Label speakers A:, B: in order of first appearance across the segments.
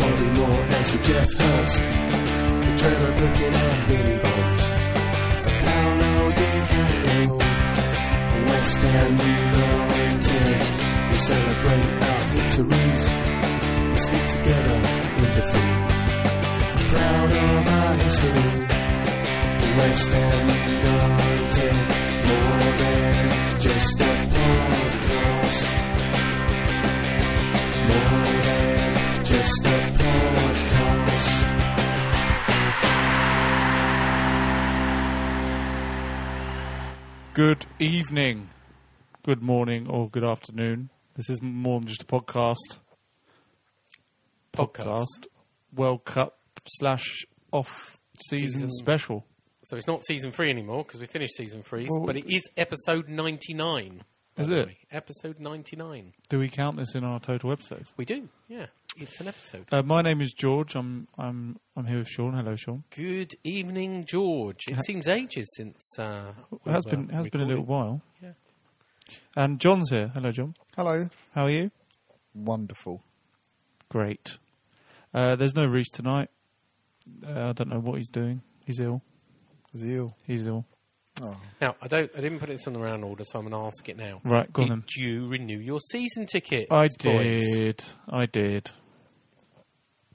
A: Bobby Moore and Sir Jeff Hurst. The trailer looking at Billy Bones. A Paolo DiCaprio. West Ham United. We celebrate our victories. We stick together in defeat. Proud of our history. West Ham United. More than just a podcast. More than just a podcast.
B: Good evening, good morning, or good afternoon. This is more than just a podcast. Podcast, World Cup slash off season
C: Season.
B: special.
C: So it's not season three anymore because we finished season three,
B: Well-
C: but it is episode 99. by
B: Is
C: the
B: it?
C: way. Episode 99.
B: Do we count this in our total episodes?
C: We do, yeah. It's an episode.
B: Uh, my name is George. I'm I'm I'm here with Sean. Hello, Sean.
C: Good evening, George. It seems ages since. Uh,
B: It has
C: we
B: been
C: were
B: has been a little
C: recording.
B: while.
C: Yeah.
B: And John's here. Hello, John.
D: Hello.
B: How are you?
D: Wonderful.
B: Great. Uh, there's no Reese tonight. Uh, I don't know what he's doing. He's ill.
D: Zeal.
B: He's ill.
C: Now I don't. I didn't put this on the round order, so I'm going to ask it now.
B: Right, go on
C: did
B: then.
C: you renew your season ticket?
B: I
C: boys?
B: did. I did.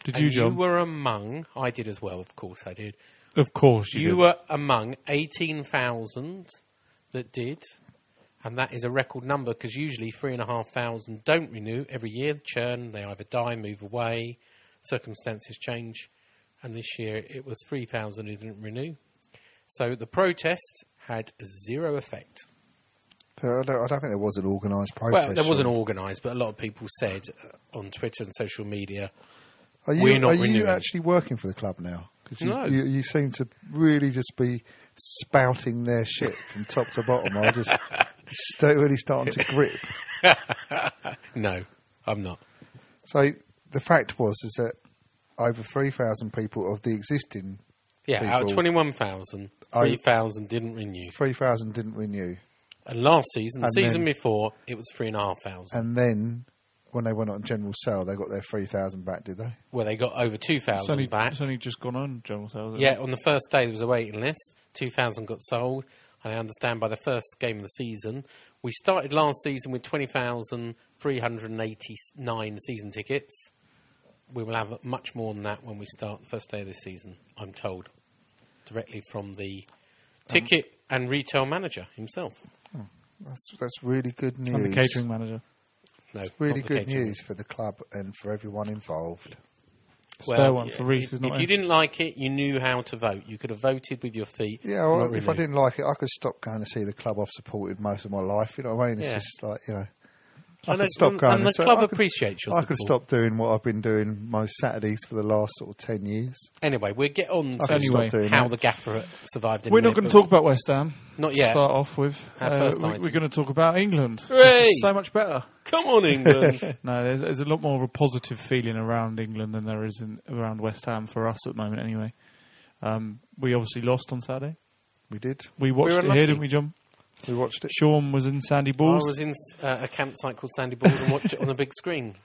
B: Did
C: And
B: you, John?
C: You were among. I did as well. Of course, I did.
B: of course you,
C: You
B: did.
C: were among 18,000 that did, and that is a record number because usually 3,500 don't renew every year. They churn, they either die, move away, circumstances change, and this year it was 3,000 who didn't renew. So the protest had zero effect.
D: So I, don't, I don't think there was an organised protest.
C: Well, there wasn't
D: Sean.
C: organised, but a lot of people said uh, on Twitter and social media,
D: Are you,
C: We're not
D: are you
C: renewing.
D: actually working for the club now? 'Cause you,
C: No.
D: you, you seem to really just be spouting their shit from top to bottom. I just sta- really starting to grip.
C: no, I'm not.
D: So the fact was is that over three thousand people of the existing
C: Yeah, out of
D: People-
C: 21,000,
D: I-
C: 3,000 didn't renew.
D: three thousand didn't renew,
C: And last season, the
D: And
C: season
D: then-
C: before, it was three and a half thousand.
D: and then when they went on general sale, they got their three thousand back, did they?
C: Well, they got over two
B: It's only,
C: thousand back.
B: it's only just gone on, John. So is it?
C: Yeah, on the first day there was a waiting list. Two thousand got sold, and I understand by the first game of the season, we started last season with twenty thousand three hundred and eighty-nine season tickets. We will have much more than that when we start the first day of this season. I'm told directly from the
D: Um,
C: ticket and retail manager himself.
D: That's that's really good news.
B: And the catering manager.
C: No,
D: It's really
C: not the
D: good
C: catering.
D: news for the club and for everyone involved.
B: Spare one for Reece,
C: If,
B: is not
C: if
B: it?
C: you didn't like it, you knew how to vote. You could have voted with your feet.
D: Yeah, well,
C: not
D: if I
C: renewed.
D: didn't like it, I could stop going to see the club I've supported most of my life. You know what I mean? It's
C: Yeah.
D: just like you know, I
C: And
D: could
C: the-
D: stop
C: and-
D: going.
C: and the
D: so
C: club
D: I could-
C: appreciates your
D: I could
C: support.
D: stop doing what I've been doing most Saturdays for the last sort of ten years.
C: Anyway, we'll get on
B: I
C: to
B: can stop doing
C: how
B: that.
C: the gaffer survived. In
B: We're
C: a
B: not
C: minute,
B: going to
C: but-
B: talk about West Ham.
C: Not
B: to
C: yet.
B: start off with. Uh,
C: Our first
B: we,
C: item.
B: we're going to talk about England. which
C: Hooray!
B: is so much better.
C: Come on, England.
B: No, there's, there's a lot more of a positive feeling around England than there is in, around West Ham for us at the moment. Anyway, um, we obviously lost on Saturday.
D: We did.
B: We watched it
C: were
B: here,
C: unlucky.
B: didn't we, John?
D: We watched it.
B: Sean was in Sandy
C: I
B: Balls.
C: was in uh, a campsite called Sandy Balls and watched it on a big screen.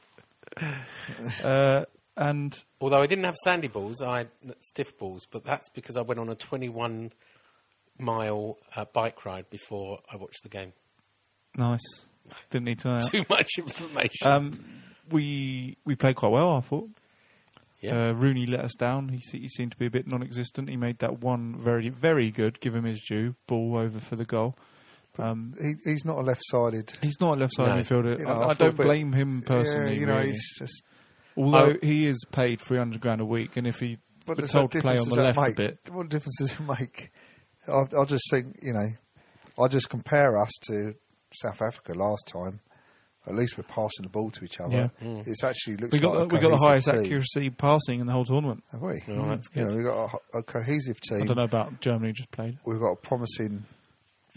B: uh, and
C: Although I didn't have Sandy Balls, I had stiff balls, but that's because I went on a 21 mile uh, bike ride before I watched the game.
B: nice. Didn't need to know. that.
C: Too much information.
D: Uh,
B: Um, we we played quite well, I thought.
C: Yeah.
B: Uh, Rooney let us down. He, se- he seemed to be a bit non-existent. He made that one very very good. Give him his due. Ball over for the goal.
D: He, he's not a left-sided.
B: He's not a left side
C: No.
B: midfielder.
D: You know,
B: I, I
D: I feel a
B: don't
D: bit-
B: blame him personally.
D: yeah, you know,
B: really.
D: he's just.
B: Although
C: I-
B: he is paid three hundred grand a week, and if he
D: What
B: were
D: does that
B: told to play
D: difference
B: on the
D: does
B: left
D: that
B: a
D: make?
B: bit,
D: What difference does it make? I, I just think you know, I just compare us to South Africa last time. At least we're passing the ball to each other. It's actually looks
B: we got
D: like
B: the,
D: a
B: we got the
D: cohesive
B: highest
D: team,
B: accuracy passing in the whole tournament.
D: Have we?
C: No, that's
D: You know,
C: good.
D: we've got a, ho- a cohesive
B: I
D: team.
B: don't know about Germany just played.
D: We've got a promising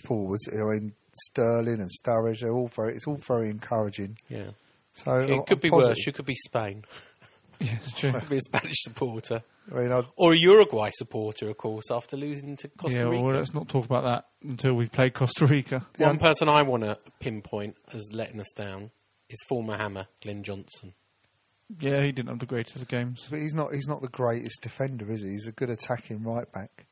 D: forwards. I mean, Sterling and Sturridge. They're all very. It's all very encouraging.
C: yeah.
D: So
C: It
D: uh, I'm
C: could be
D: positive.
C: worse. You could be Spain.
B: Yeah, it's true.
C: You could be a Spanish supporter.
D: I mean, I'd,
C: Or a Uruguay supporter, of course, after losing to Costa
B: yeah,
C: Rica.
B: well, let's not talk about that until we've played Costa Rica. Um,
C: One person I want to pinpoint as letting us down is former Hammer, Glenn Johnson.
B: Yeah, he didn't have the greatest of games.
D: But he's not. He's not the greatest defender, is he? He's a good attacking right back.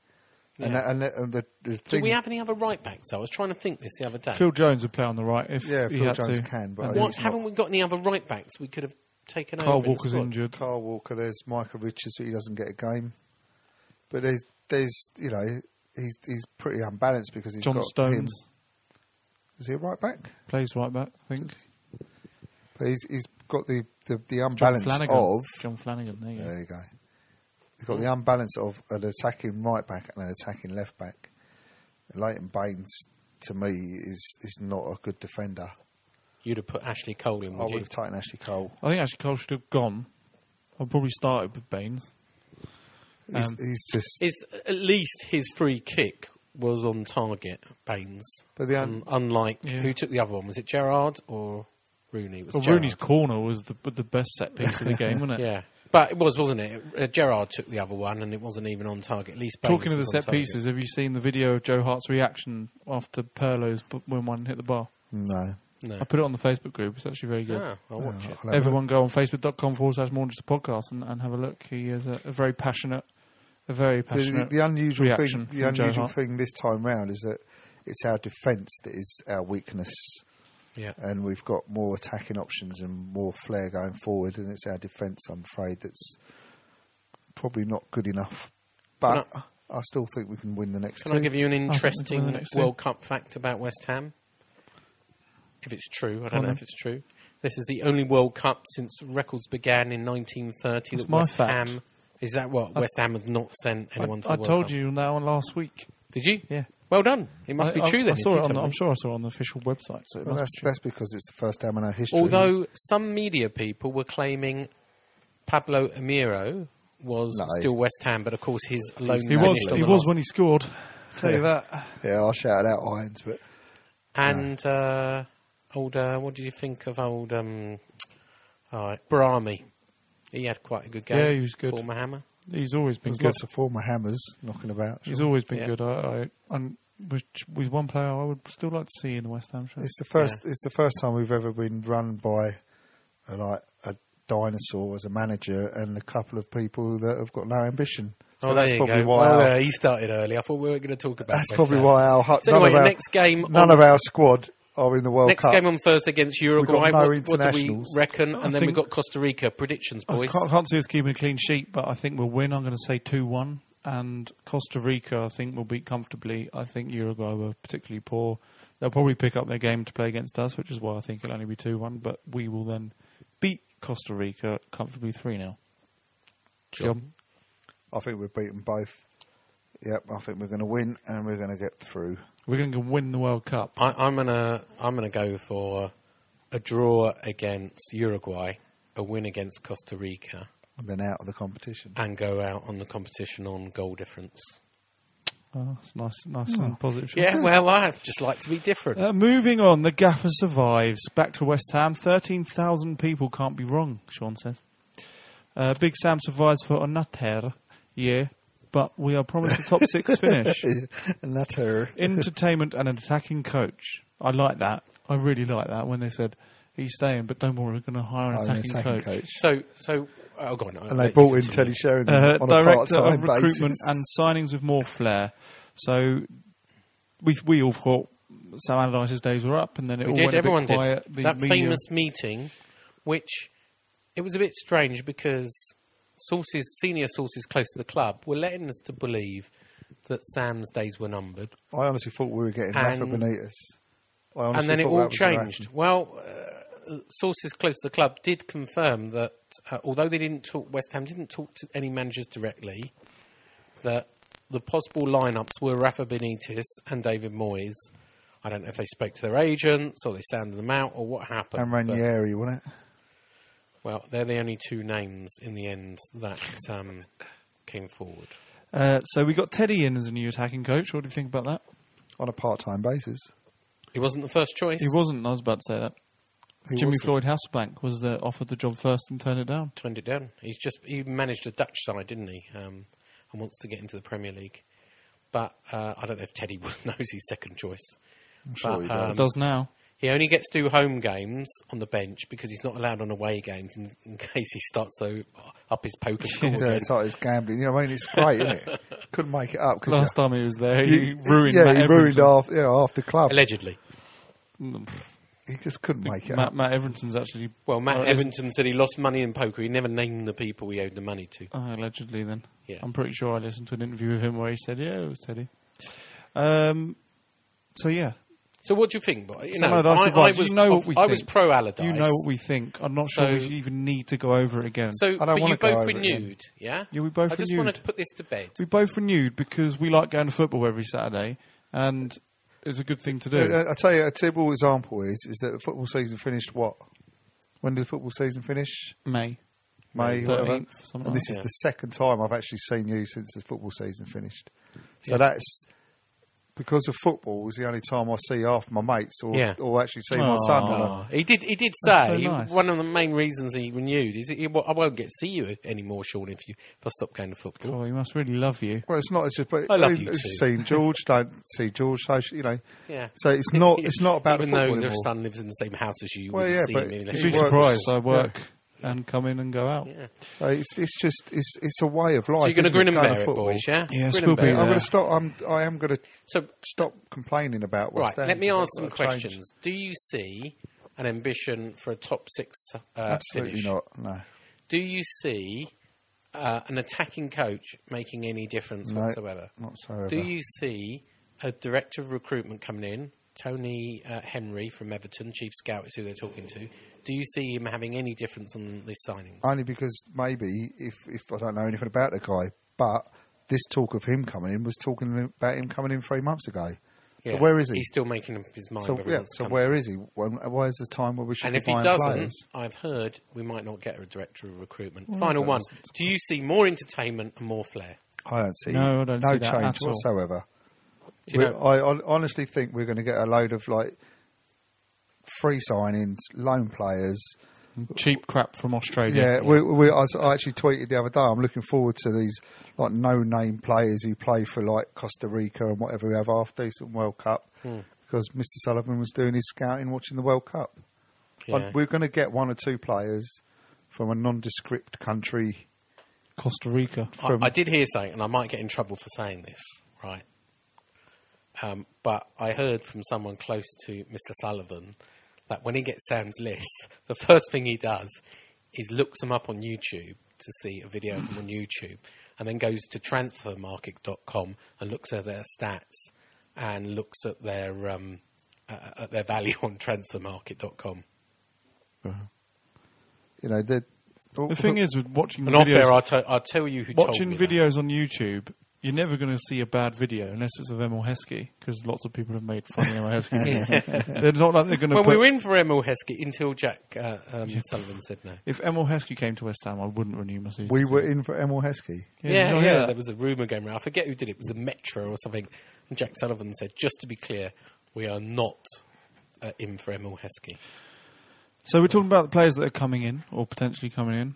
D: And,
C: Yeah.
D: that- and, that- and the, the
C: Do
D: thing,
C: we have any other right backs? though? I was trying to think this the other day.
B: Phil Jones would play on the right if
D: Yeah,
B: he
D: Phil
B: had
D: Jones
B: to.
D: can, but
B: And then
D: I think
C: What,
D: he's not-
C: haven't we got any other right backs we could have taken
B: Carl
C: over? in the
B: Walker's
C: squad?
B: injured.
D: Carl Walker, there's Michael Richards, but he doesn't get a game. But there's, there's, you know, he's he's pretty unbalanced because he's
B: John
D: got him.
B: Stones
D: Is he a right back?
B: plays right back, I think.
D: But he's he's got the the, the
B: John
D: unbalance
B: Flanagan.
D: of.
B: John Flanagan. There you go.
D: There you go. He's got the unbalance of an attacking right back and an attacking left back. Leighton Baines, to me, is is not a good defender.
C: You'd have put Ashley Cole in,
D: I
C: would
D: would
C: you?
D: have taken Ashley Cole.
B: I think actually Cole should have gone. I probably started with Baines.
D: He's,
B: Um,
D: he's just.
C: Is at least his free kick was on target, Baines.
D: But the un-
C: Um, unlike
B: Yeah.
C: who took the other one? Was it Gerard or Rooney? It was
B: Well,
C: Gerrard.
B: Rooney's corner was the the best set piece of the game, wasn't it?
C: Yeah, but it was, wasn't it? Uh, Gerard took the other one, and it wasn't even on target. At least Baines
B: Talking of the
C: was on
B: set
C: target.
B: pieces, have you seen the video of Joe Hart's reaction after Perlow's b- when one hit the bar?
D: no.
C: No.
B: I put it on the Facebook group. It's actually very good.
C: Ah, I'll watch
B: Oh.
C: it.
D: I'll have a
B: Everyone go on facebook.com forward slash Maunders podcast and, and have a look. He is a, a very passionate, a very
D: The- the,
B: passionate
D: the unusual
B: reaction
D: thing, the
B: from Joe
D: unusual
B: Hart.
D: thing this time round is that it's our defence that is our weakness,
C: Yeah.
D: and we've got more attacking options and more flair going forward, and it's our defence, I'm afraid, that's probably not good enough. But
C: Can
D: I, still think we can win the next
C: Can
D: two.
C: I give you
B: I think we can win
C: an
B: the
C: interesting
B: next two.
C: World Cup fact about West Ham? If it's true, I
B: on
C: don't know
B: then.
C: if it's true. This is the only World Cup since records began in 1930
B: That's
C: that
B: my
C: West
B: fact.
C: Ham is that what West Ham have not sent
B: I,
C: anyone to
B: I
C: the World
B: told
C: Cup.
B: you that one last week.
C: Did you?
B: Yeah.
C: Well done. It must
B: I-
C: be
B: I-
C: true
B: I
C: then. if
B: saw
C: you
B: it on
C: told
B: the, I'm
C: me.
B: sure I saw it on the official website. So it
D: Well,
B: must
D: that's,
B: be true.
D: that's because it's the first time in our history.
C: Although some media people were claiming Pablo Amiro was
D: No.
C: still West Ham, but of course his loan
B: he was.
C: managed on
B: He
C: the
B: was
C: last-
B: when he scored. Tell you that.
D: yeah, I shouted out Irons, but
C: And uh, old, uh, what did you think of old um, uh, Brahmi? He had quite a good game.
B: Yeah, he was good.
C: Former hammer.
B: He's always been
D: there's
B: good.
D: lots of former hammers knocking about.
B: He's always been
C: Yeah.
B: good. I, I and which was one player I would still like to see in the West Ham shirt.
D: It's the first. It's the first time we've ever been run by a, like a dinosaur as a manager and a couple of people that have got no ambition. So
C: oh,
D: that's
C: there you
D: probably
C: go.
D: why.
C: Well,
D: our,
C: uh, he started early. I thought we were going to talk about.
D: that's
C: West
D: probably
C: Ham.
D: why our hu-
C: So
D: none
C: anyway,
D: of our
C: next game.
D: none
C: on,
D: of our squad are in the World
C: Next
D: Cup.
C: game on Thursday against Uruguay.
D: no
C: what, what do we
D: internationals.
C: reckon?
B: I
C: and then we've
B: think-
C: got Costa Rica predictions,
B: I
C: boys.
B: can't, can't see us keeping a clean sheet, but I think we'll win. I'm going to say two one, and Costa Rica I think will beat comfortably. I think Uruguay were particularly poor. They'll probably pick up their game to play against us, which is why I think it'll only be two one. But we will then beat Costa Rica comfortably three 0 John,
D: I think we've beaten both. Yep, I think we're going to win and we're going to get through.
B: we're going to win the World Cup.
C: I, I'm gonna I'm gonna go for a draw against Uruguay, a win against Costa Rica,
D: And then out of the competition.
C: and go out on the competition on goal difference.
B: Oh, that's nice, nice and positive. Sean.
C: Yeah, well, I just like to be different.
B: Uh, moving on, the gaffer survives. Back to West Ham. 13,000 people can't be wrong, Sean says. Uh, Big Sam survives for another year, but we are promised a top six finish.
D: and that's her.
B: Entertainment and an attacking coach. I like that. I really like that when they said, he's staying, but don't worry, we're going to hire an
D: I'm an
B: attacking,
D: attacking
B: coach.
D: coach.
C: So, so oh, go on. I'll
D: And
C: let
D: they
C: you
D: brought in
C: continue.
D: Teddy Sheringham
B: Uh,
D: on a
B: director
D: part-time
B: of recruitment
D: basis.
B: and signings with more flair. So we we all thought Sam Allardyce's days were up, and then it
C: We
B: all
C: did.
B: went a
C: Everyone
B: bit quiet.
C: did
B: The
C: that
B: media-
C: famous meeting, which it was a bit strange because sources, senior sources close to the club, were letting us to believe that Sam's days were numbered,
D: I honestly thought we were getting Rafa
C: And-
D: Benitez. I honestly
C: and then it
D: thought that
C: all
D: was gonna
C: changed. Well, uh, sources close to the club did confirm that, uh, although they didn't talk, West Ham didn't talk to any managers directly, that the possible lineups were Rafa Benitez and David Moyes. I don't know if they spoke to their agents or they sounded them out or what happened.
D: happen. And
C: but-
D: Ranieri, wasn't it?
C: Well, they're the only two names in the end that um, came forward.
B: Uh, so we got Teddy in as a new attacking coach. What do you think about that?
D: On a part-time basis.
C: He wasn't the first choice.
B: He wasn't. I was about to say that.
D: He
B: Jimmy
D: was the-
B: Floyd Hasselbank was the, offered the job first and turned it down.
C: Turned it down. He's just he managed a Dutch side, didn't he? Um, and wants to get into the Premier League. But uh, I don't know if Teddy knows his second choice.
D: I'm sure
C: but,
D: he
C: um,
D: does.
B: It does now.
C: He only gets to do home games on the bench because he's not allowed on away games in, in case he starts so up his poker score.
D: Yeah,
C: again.
D: it's like it's gambling. You know what I mean? It's great, isn't it? Couldn't make it up. Could
B: Last
D: you?
B: time he was there,
D: You-
B: he ruined
D: yeah,
B: Matt
D: he ruined
B: Everington.
D: half, you know, half the club.
C: Allegedly.
D: He just couldn't make it
B: Matt,
D: up.
B: Matt Everington's actually
C: Well, Matt
B: or at least-
C: Uh, Everton said he lost money in poker. He never named the people he owed the money to.
B: Oh, allegedly, then.
C: Yeah.
B: I'm pretty sure I listened to an interview with him where he said, "Yeah, it was Teddy." Um. So yeah,
C: So what do you think? Boy? You
B: Sam
C: know,
B: Allardyce
C: I, I
B: advised,
C: was,
B: you know what
C: of-
B: we
C: I
B: think.
C: was pro Allardyce.
B: you know what we think. I'm not sure we
C: So-
B: should even need to go over it again.
C: So,
D: don't
C: but
D: wanna
C: you
D: go
C: both
D: over it again.
C: renewed, yeah?
B: Yeah, we both
C: I just
B: renewed.
C: wanted to put this to bed.
B: we both renewed because we like going to football every Saturday, and it's a good thing to do.
D: I I Uh, tell you, a typical example is is that the football season finished what? When did the football season finish?
B: May.
D: May,
B: May
D: whatever.
B: 13th, something
D: and
B: like
D: this
C: that.
D: is
C: Yeah.
D: the second time I've actually seen you since the football season finished. So
C: Yeah.
D: that's because of football was the only time I see half my mates or
C: Yeah.
D: or actually see my son. on a-
C: Oh, he did. He did
B: That's
C: say
B: so nice.
C: one of the main reasons he renewed is he, well, I won't get to see you anymore, Sean, if you if I stop going to football.
B: Oh, he must really love you.
D: Well, it's not. It's just. But
C: I love
D: who's
C: you too.
D: Seen George, don't see George. So you know.
C: Yeah.
D: So it's not. It's not about
C: even
D: the
C: though
D: football
C: their
D: anymore.
C: son lives in the same house as you. you
D: Well,
C: wouldn't
D: yeah,
C: see
D: but
C: him even
D: he
C: if
B: You'd be
C: you-
D: works-
B: surprised. I work and come in and go out.
C: Yeah.
D: So Uh, it's, it's just. It's it's a way of life.
C: So you're going to
D: isn't
C: grin and
D: Going to
C: bear it,
D: football.
C: boys. Yeah.
B: Yes,
C: Grin
B: we'll
C: and
B: be uh,
C: bear it.
D: I'm
B: there.
D: going to stop. I'm. I am going to
C: So
D: stop complaining about what's
C: right,
D: there.
C: let me
D: because
C: ask some
D: I've got to change.
C: questions. Do you see an ambition for a top six? Uh,
D: Absolutely
C: finish?
D: not. No.
C: Do you see uh, an attacking coach making any difference
D: No,
C: whatsoever?
D: not so
C: Do
D: ever.
C: you see a director of recruitment coming in, Tony uh, Henry from Everton, chief scout is who they're talking to? Do you see him having any difference on these signings?
D: Only because maybe if if I don't know anything about the guy, but this talk of him coming in was talking about him coming in three months ago. So
C: Yeah.
D: where is he?
C: He's still making up his mind.
D: so
C: whether he
D: yeah.
C: wants to
D: So
C: come.
D: where is he? When, where's the time where we should
C: And
D: be
C: if he
D: buying
C: doesn't,
D: players?
C: I've heard we might not get a director of recruitment. Final
D: that
C: one.
D: doesn't-
C: Do you see more entertainment and more flair?
D: I don't see
B: No, I don't see
D: change
B: that at all.
D: whatsoever.
C: Do you
D: We-
C: know-
D: I, hon- honestly think we're going to get a load of like free signings, loan players.
B: Cheap crap from Australia.
D: Yeah, we, we, I, s- I actually tweeted the other day. I'm looking forward to these like no-name players who play for like Costa Rica and whatever we have after the World Cup
B: Hmm.
D: because Mr. Sullivan was doing his scouting watching the World Cup.
C: Yeah.
D: Like, we're going to get one or two players from a nondescript country.
B: Costa Rica.
C: I, I did hear something, and I might get in trouble for saying this, right? Um, but I heard from someone close to Mr. Sullivan that when he gets Sam's list, the first thing he does is looks them up on YouTube to see a video of them on YouTube, and then goes to transfermarket.com and looks at their stats and looks at their um, uh, at their value on transfermarket.com.
D: You know, oh, the
B: The thing is, with watching
C: And
B: videos,
C: off there, I'll, t- I'll tell you who told
B: watching
C: me that.
B: videos on YouTube, you're never going to see a bad video unless it's of Emil Heskey because lots of people have made fun of Emil Heskey. They're not like they're going to.
C: Well,
B: put,
C: we were in for Emil Heskey until Jack uh, um, Sullivan said no.
B: If Emil Heskey cemil to West Ham, I wouldn't renew my season.
D: we were
B: ticket.
D: in for Emil Heskey.
C: Yeah,
B: did you
C: yeah,
B: not hear that?
C: there was a rumour going around. I forget who did it. It was the Metro or something. And Jack Sullivan said, just to be clear, we are not uh, in for Emil Heskey.
B: So we're talking about the players that are coming in or potentially coming in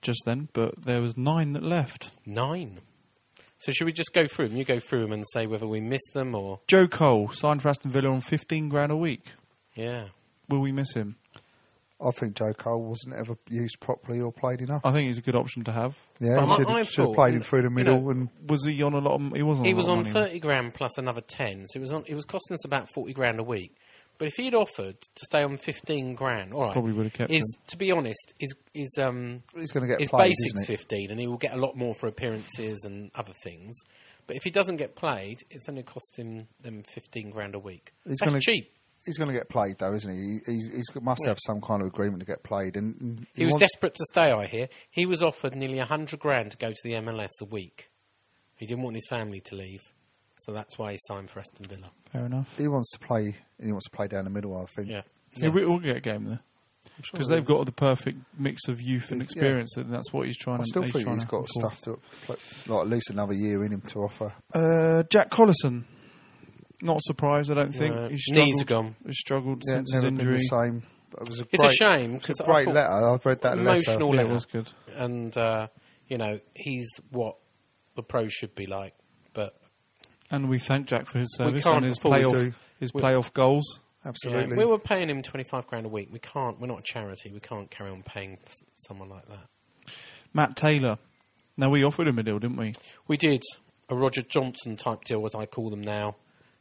B: just then, but there was nine that left.
C: Nine. So should we just go through them? You go through them and say whether we miss them or...
B: Joe Cole signed for Aston Villa on 15 grand a week.
C: Yeah.
B: Will we miss him?
D: I think Joe Cole wasn't ever used properly or played enough.
B: I think he's a good option to have.
D: Yeah,
C: I-
D: he should
C: I
D: have, should have
C: thought,
D: played him through the
C: you
D: middle
C: know,
D: and
B: Was he on a lot of? He was on.
C: He
B: a lot
C: was
B: of
C: on
B: money,
C: thirty grand plus another ten, so it was on. It was costing us about forty grand a week. But if he'd offered to stay on fifteen grand, all right,
B: Probably would have kept
C: Is to be honest, is is um
D: he's going to get
C: his
D: played,
C: basics
D: isn't he?
C: fifteen, and he will get a lot more for appearances and other things. But if he doesn't get played, it's only cost him them fifteen grand a week.
D: He's
C: That's
D: gonna-
C: cheap.
D: He's going to get played though, isn't he? he he's, he's must have some kind of agreement to get played, and- and
C: He was
D: wants-
C: desperate to stay. I hear he was offered nearly hundred grand to go to the MLS a week. He didn't want his family to leave, so that's why he signed for Aston Villa.
B: Fair enough.
D: he wants to play. He wants to play down the middle. I think.
C: Yeah,
B: He will will get a game there because they've got the perfect mix of youth and
D: Yeah.
B: experience, and that's what he's trying.
D: I still
B: he's
D: think
B: trying
D: he's
B: to
D: got
B: afford.
D: stuff to like, like at least another year in him to offer.
B: Uh, Jack Collison. Not surprised, I don't think.
C: No,
B: He's
C: knees are
B: struggled,
C: gone.
B: He's struggled
D: Yeah,
B: since his
D: never been
B: injury.
D: the same. But it was a
C: It's a
D: great,
C: shame,
D: It's
C: 'cause
D: a
C: I
D: great
C: thought-
D: letter. I've read that
C: emotional
D: letter.
B: Yeah, it
C: letter.
B: was good.
C: And uh, you know, he's what the pro should be like. But
B: And we thank Jack for his
C: We
B: service
C: can't
B: and his
C: afford
B: playoff,
D: to-
B: his
C: we-
B: playoff goals.
C: you know,
D: Absolutely.
C: we were paying him twenty five grand a week. We can't. We're not a charity. We can't carry on paying for s- someone like that.
B: Matt Taylor. Now, we offered him a deal, didn't we?
C: We did a Roger Johnson type deal, as I call them now.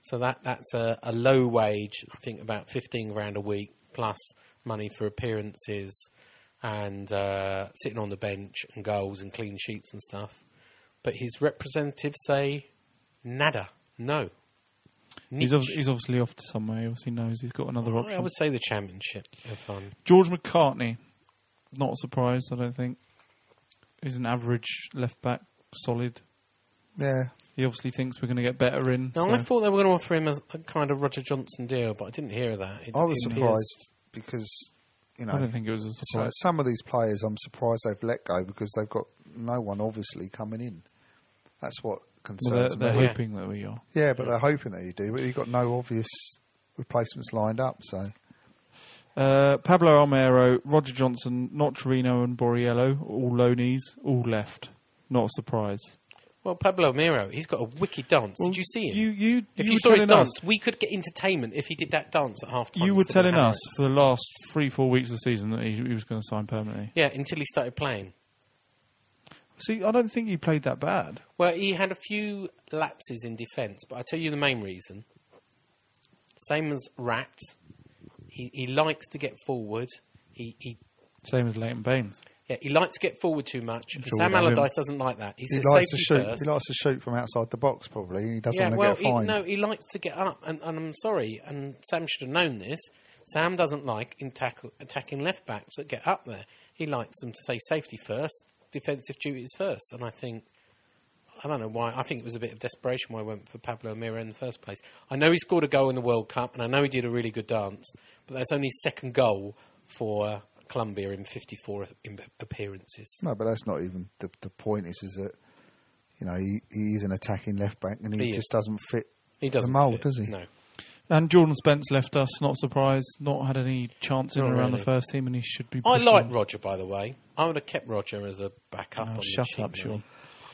C: So that that's a, a low wage. I think about fifteen grand a week plus money for appearances and uh, sitting on the bench and goals and clean sheets and stuff. But his representatives say nada, no.
B: He's,
C: Niche.
B: obvi- he's obviously off to somewhere. He obviously knows he's got another
C: Oh, I
B: option.
C: would say the um, championship. If I'm
B: George McCartney. Not surprised, I don't think. He's an average left back, solid.
D: yeah.
B: He obviously thinks we're going to get better in.
C: now,
B: so-
C: I thought they were going to offer him a, a kind of Roger Johnson deal, but I didn't hear that. It-
D: I was
C: it appears-
D: surprised because you know
B: I don't think it was a
D: so-
B: surprise.
D: some of these players I'm surprised they've let go because they've got no one obviously coming in. That's
B: well,
D: what concerns
B: they're they're
D: me.
C: Yeah.
B: hoping that we are.
D: Yeah, but they're hoping that you do. But you've got no obvious replacements lined up. So
B: Uh, Pablo Almero, Roger Johnson, Notarino and Borriello, all loanies, all left. Not a surprise.
C: Well, Pablo Miro, he's got a wicked dance.
B: Well,
C: did you see him?
B: You, you,
C: if
B: you
C: you,
B: were
C: saw his
B: telling us-
C: dance, we could get entertainment if he did that dance at half time.
B: you were
C: instead of
B: telling us
C: Harrods.
B: for the last three, four weeks of the season that he, he was going to sign permanently.
C: Yeah, until he started playing.
B: See, I don't think he played that bad.
C: Well, he had a few lapses in defence, but I tell you the main reason. Same as Rat, he, he likes to get forward. He, he
B: Same as Leighton Baines.
C: yeah, he likes to get forward too much. And
B: sure
C: Sam
B: we know him.
C: Allardyce doesn't like that. He,
D: he
C: says
D: likes to
C: safety
D: shoot.
C: first.
D: He likes to shoot from outside the box. Probably and he doesn't
C: yeah,
D: want to
C: well,
D: get fined.
C: He, no, he likes to get up, and, and I'm sorry, and Sam should have known this. Sam doesn't like in tackle, attacking left backs that get up there. He likes them to say safety first, defensive duties first, and I think. I don't know why. I think it was a bit of desperation why I went for Pablo Mira in the first place. I know he scored a goal in the World Cup, and I know he did a really good dance, but that's only his second goal for Colombia in 54 im- appearances.
D: No, but that's not even the the point. Is is that you know he, he is an attacking left back and he,
C: He is.
D: just doesn't fit.
C: He doesn't
D: the mould,
C: fit,
D: does he?
C: No.
B: And Jordan Spence left us, not surprised, not had any chance in
C: Not
B: or around
C: really.
B: the first team, and he should be.
C: I
B: pushing
C: like
B: on.
C: Roger, by the way. I would have kept Roger as a backup.
B: Oh,
C: on the
B: shut
C: sheet,
B: up,
C: really.
B: Sean.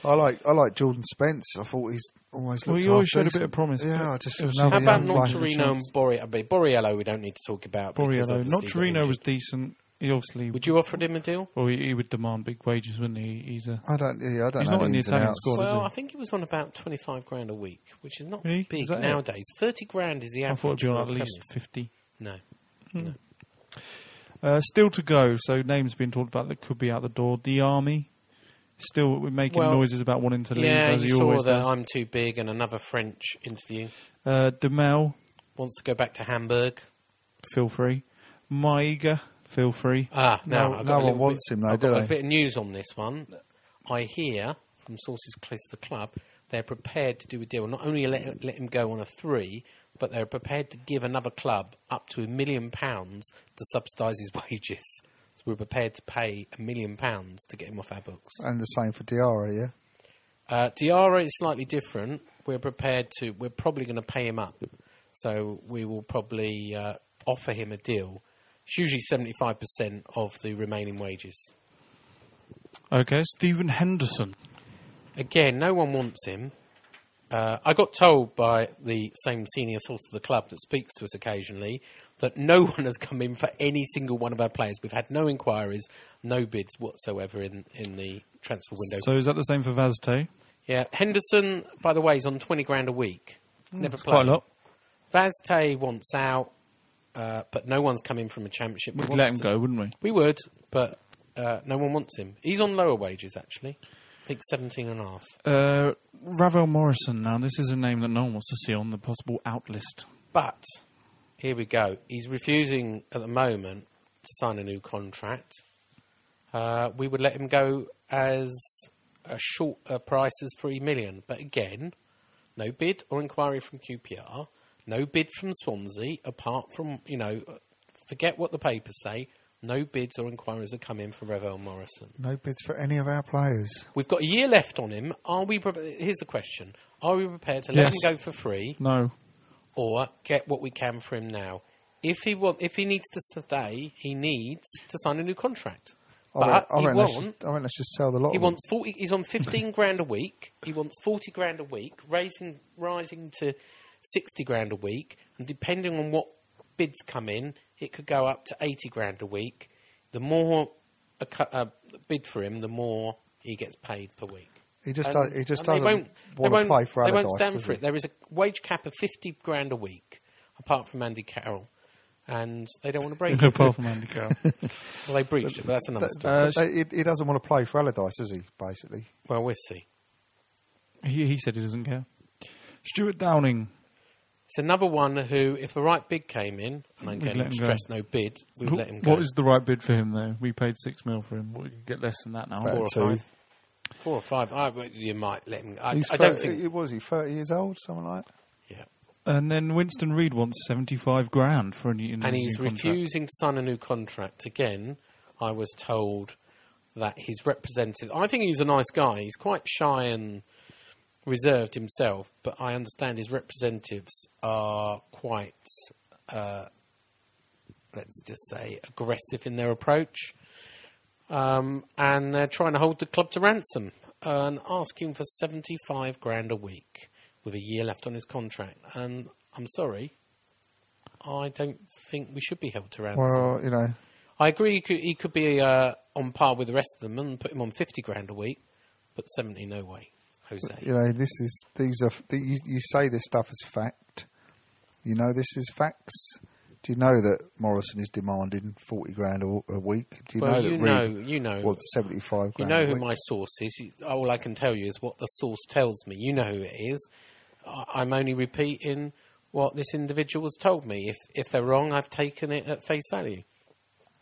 D: I like I like Jordan Spence. I thought he's always looked.
B: Well, you always showed
D: half
B: a bit
D: decent.
B: of promise, but
D: Yeah, I just
B: it was-
D: another
C: How about
D: young bloke.
C: Monterino and Borriello? Borriello, we don't need to talk about. because
B: Borriello.
C: obviously
B: Not
C: he got
B: Torino was
C: injured.
B: decent. He obviously.
C: Would you offer him a deal?
B: Well, he, he would demand big wages, wouldn't he? He's a.
D: I don't. Yeah, I don't
B: He's
D: know
B: not in the
D: ins and
B: Italian
D: outs.
B: squad. What is
C: well,
B: he?
C: I think he was on about twenty-five grand a week, which is not
B: Really?
C: big
B: Is that it?
C: nowadays. Thirty grand is the
B: I
C: average.
B: thought it'd be
C: for a
B: on at least
C: Premier.
B: fifty.
C: No.
B: Uh, still to go, so names being talked about that could be out the door. The army still we're making
C: Well,
B: noises about wanting to leave
C: Yeah,
B: as he
C: you saw
B: always
C: that
B: does.
C: I'm too big, and another French interview
B: Uh, Demel,
C: wants to go back to Hamburg.
B: feel free. Maiga, feel free.
C: Ah, now
D: No-
C: I've
D: no
C: got a
D: one
C: little
D: wants
C: bit-
D: him though,
C: I've
D: do
C: got a
D: they?
C: bit of news on this one. I hear from sources close to the club they're prepared to do a deal. Not only let, let him go on a three, but they're prepared to give another club up to a million pounds to subsidise his wages. So we're prepared to pay a million pounds to get him off our books.
D: And the same for Diarra. Yeah,
C: Uh, Diarra is slightly different. We're prepared to. We're probably going to pay him up, so we will probably uh, offer him a deal. It's usually seventy-five percent of the remaining wages.
B: Okay, Stephen Henderson.
C: Again, no one wants him. Uh, I got told by the same senior source of the club that speaks to us occasionally that no one has come in for any single one of our players. We've had no inquiries, no bids whatsoever in, in the transfer window.
B: So is that the same for Vazte?
C: yeah, Henderson, by the way, is on 20 grand a week. Never played.
B: Quite a lot.
C: Vazte wants out, uh, but no one's come in from a championship. that
B: We'd
C: wants
B: let him
C: to-
B: go, wouldn't we?
C: We would, but uh, no one wants him. He's on lower wages, actually. I think 17 and a half.
B: Uh, Ravel Morrison. Now, this is a name that no one wants to see on the possible out list.
C: But here we go. He's refusing at the moment to sign a new contract. Uh, we would let him go as a short uh, price as three million, but again, no bid or inquiry from QPR, no bid from Swansea. Apart from you know, forget what the papers say. No bids or inquiries have come in for Revel Morrison.
D: No bids for any of our players.
C: We've got a year left on him. Are we? Pre- here's the question: Are we prepared to let
B: Yes.
C: him go for free?
B: No.
C: or get what we can for him now. If he want, if he needs to stay, he needs to sign a new contract.
D: I
C: But
D: reckon- I
C: he
D: reckon let's
C: won't.
D: just- I reckon let's just sell the lot.
C: He
D: of them.
C: wants forty. He's on fifteen grand a week. He wants forty grand a week, raising rising to sixty grand a week, and depending on what bids come in, it could go up to eighty grand a week. The more a, cu- a bid for him, the more he gets paid per week.
D: He just
C: And-
D: does, he just
C: and
D: doesn't
C: they won't, they
D: want to
C: won't,
D: play for
C: They
D: Allardyce.
C: won't stand
D: does
C: for
D: he?
C: it. There is a wage cap of fifty grand a week, apart from Andy Carroll, and they don't want to break it.
B: Apart from Andy Carroll. uh,
C: Well, they breached it, but that's another
D: But-
C: story.
D: but uh, they- he, he doesn't want to play for Allardyce, does he? Basically,
C: well, we'll see.
B: he, he said he doesn't care. Stuart Downing.
C: It's another one who, if the right bid came in, and I'm
B: We'd
C: going
B: let
C: to
B: him go.
C: stress no bid, we'd let him
B: Wh-
C: go.
B: What is the right bid for him, though? We paid six mil for him. We could get less than that now.
C: four or
D: two.
C: five? Four or five. I, well, you might let him. I,
D: He's
C: I don't
D: 30
C: think.
D: It was he thirty years old, something like. that?
C: Yeah.
B: And then Winston Reed wants 75 grand for an
C: and he's
B: contract.
C: refusing to sign a new contract again. I was told that his representative. I think he's a nice guy. He's quite shy and reserved himself, but I understand his representatives are quite, uh, let's just say, aggressive in their approach, um, and they're trying to hold the club to ransom and asking for seventy-five grand a week with a year left on his contract. And I'm sorry. I don't think we should be held to ransom.
D: Well, you know,
C: I agree he could, he could be uh, on par with the rest of them and put him on 50 grand a week, but 70, no way. Jose.
D: you know, this is these are the, you, you say this stuff is fact. You know, this is facts. Do you know that Morrison is demanding forty grand a, a week? Do you
C: well,
D: know that
C: you
D: Reid
C: know, you know.
D: wants seventy five?
C: you know who my source is. You- All I can tell you is what the source tells me. You know who it is. I- I'm only repeating what this individual has told me. If, if they're wrong, I've taken it at face value.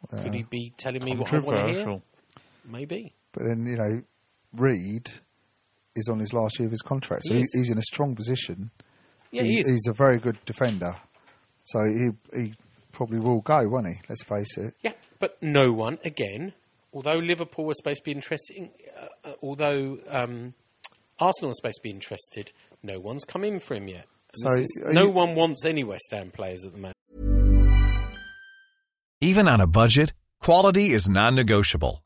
C: Could he be telling me what I want to hear?
B: Controversial.
C: Maybe.
D: But then you know, Reed is on his last year of his contract, so
C: He
D: he
C: is.
D: he's in a strong position.
C: Yeah, he is.
D: He's a very good defender, so he he probably will go, won't he? Let's face it.
C: Yeah, but no one again. Although Liverpool was supposed to be interested, uh, uh, although um, Arsenal was supposed to be interested, no one's come in for him yet.
D: So,
C: This is-
D: are
C: no
D: you-
C: one wants any West Ham players at the moment.
E: Even on a budget, quality is non-negotiable.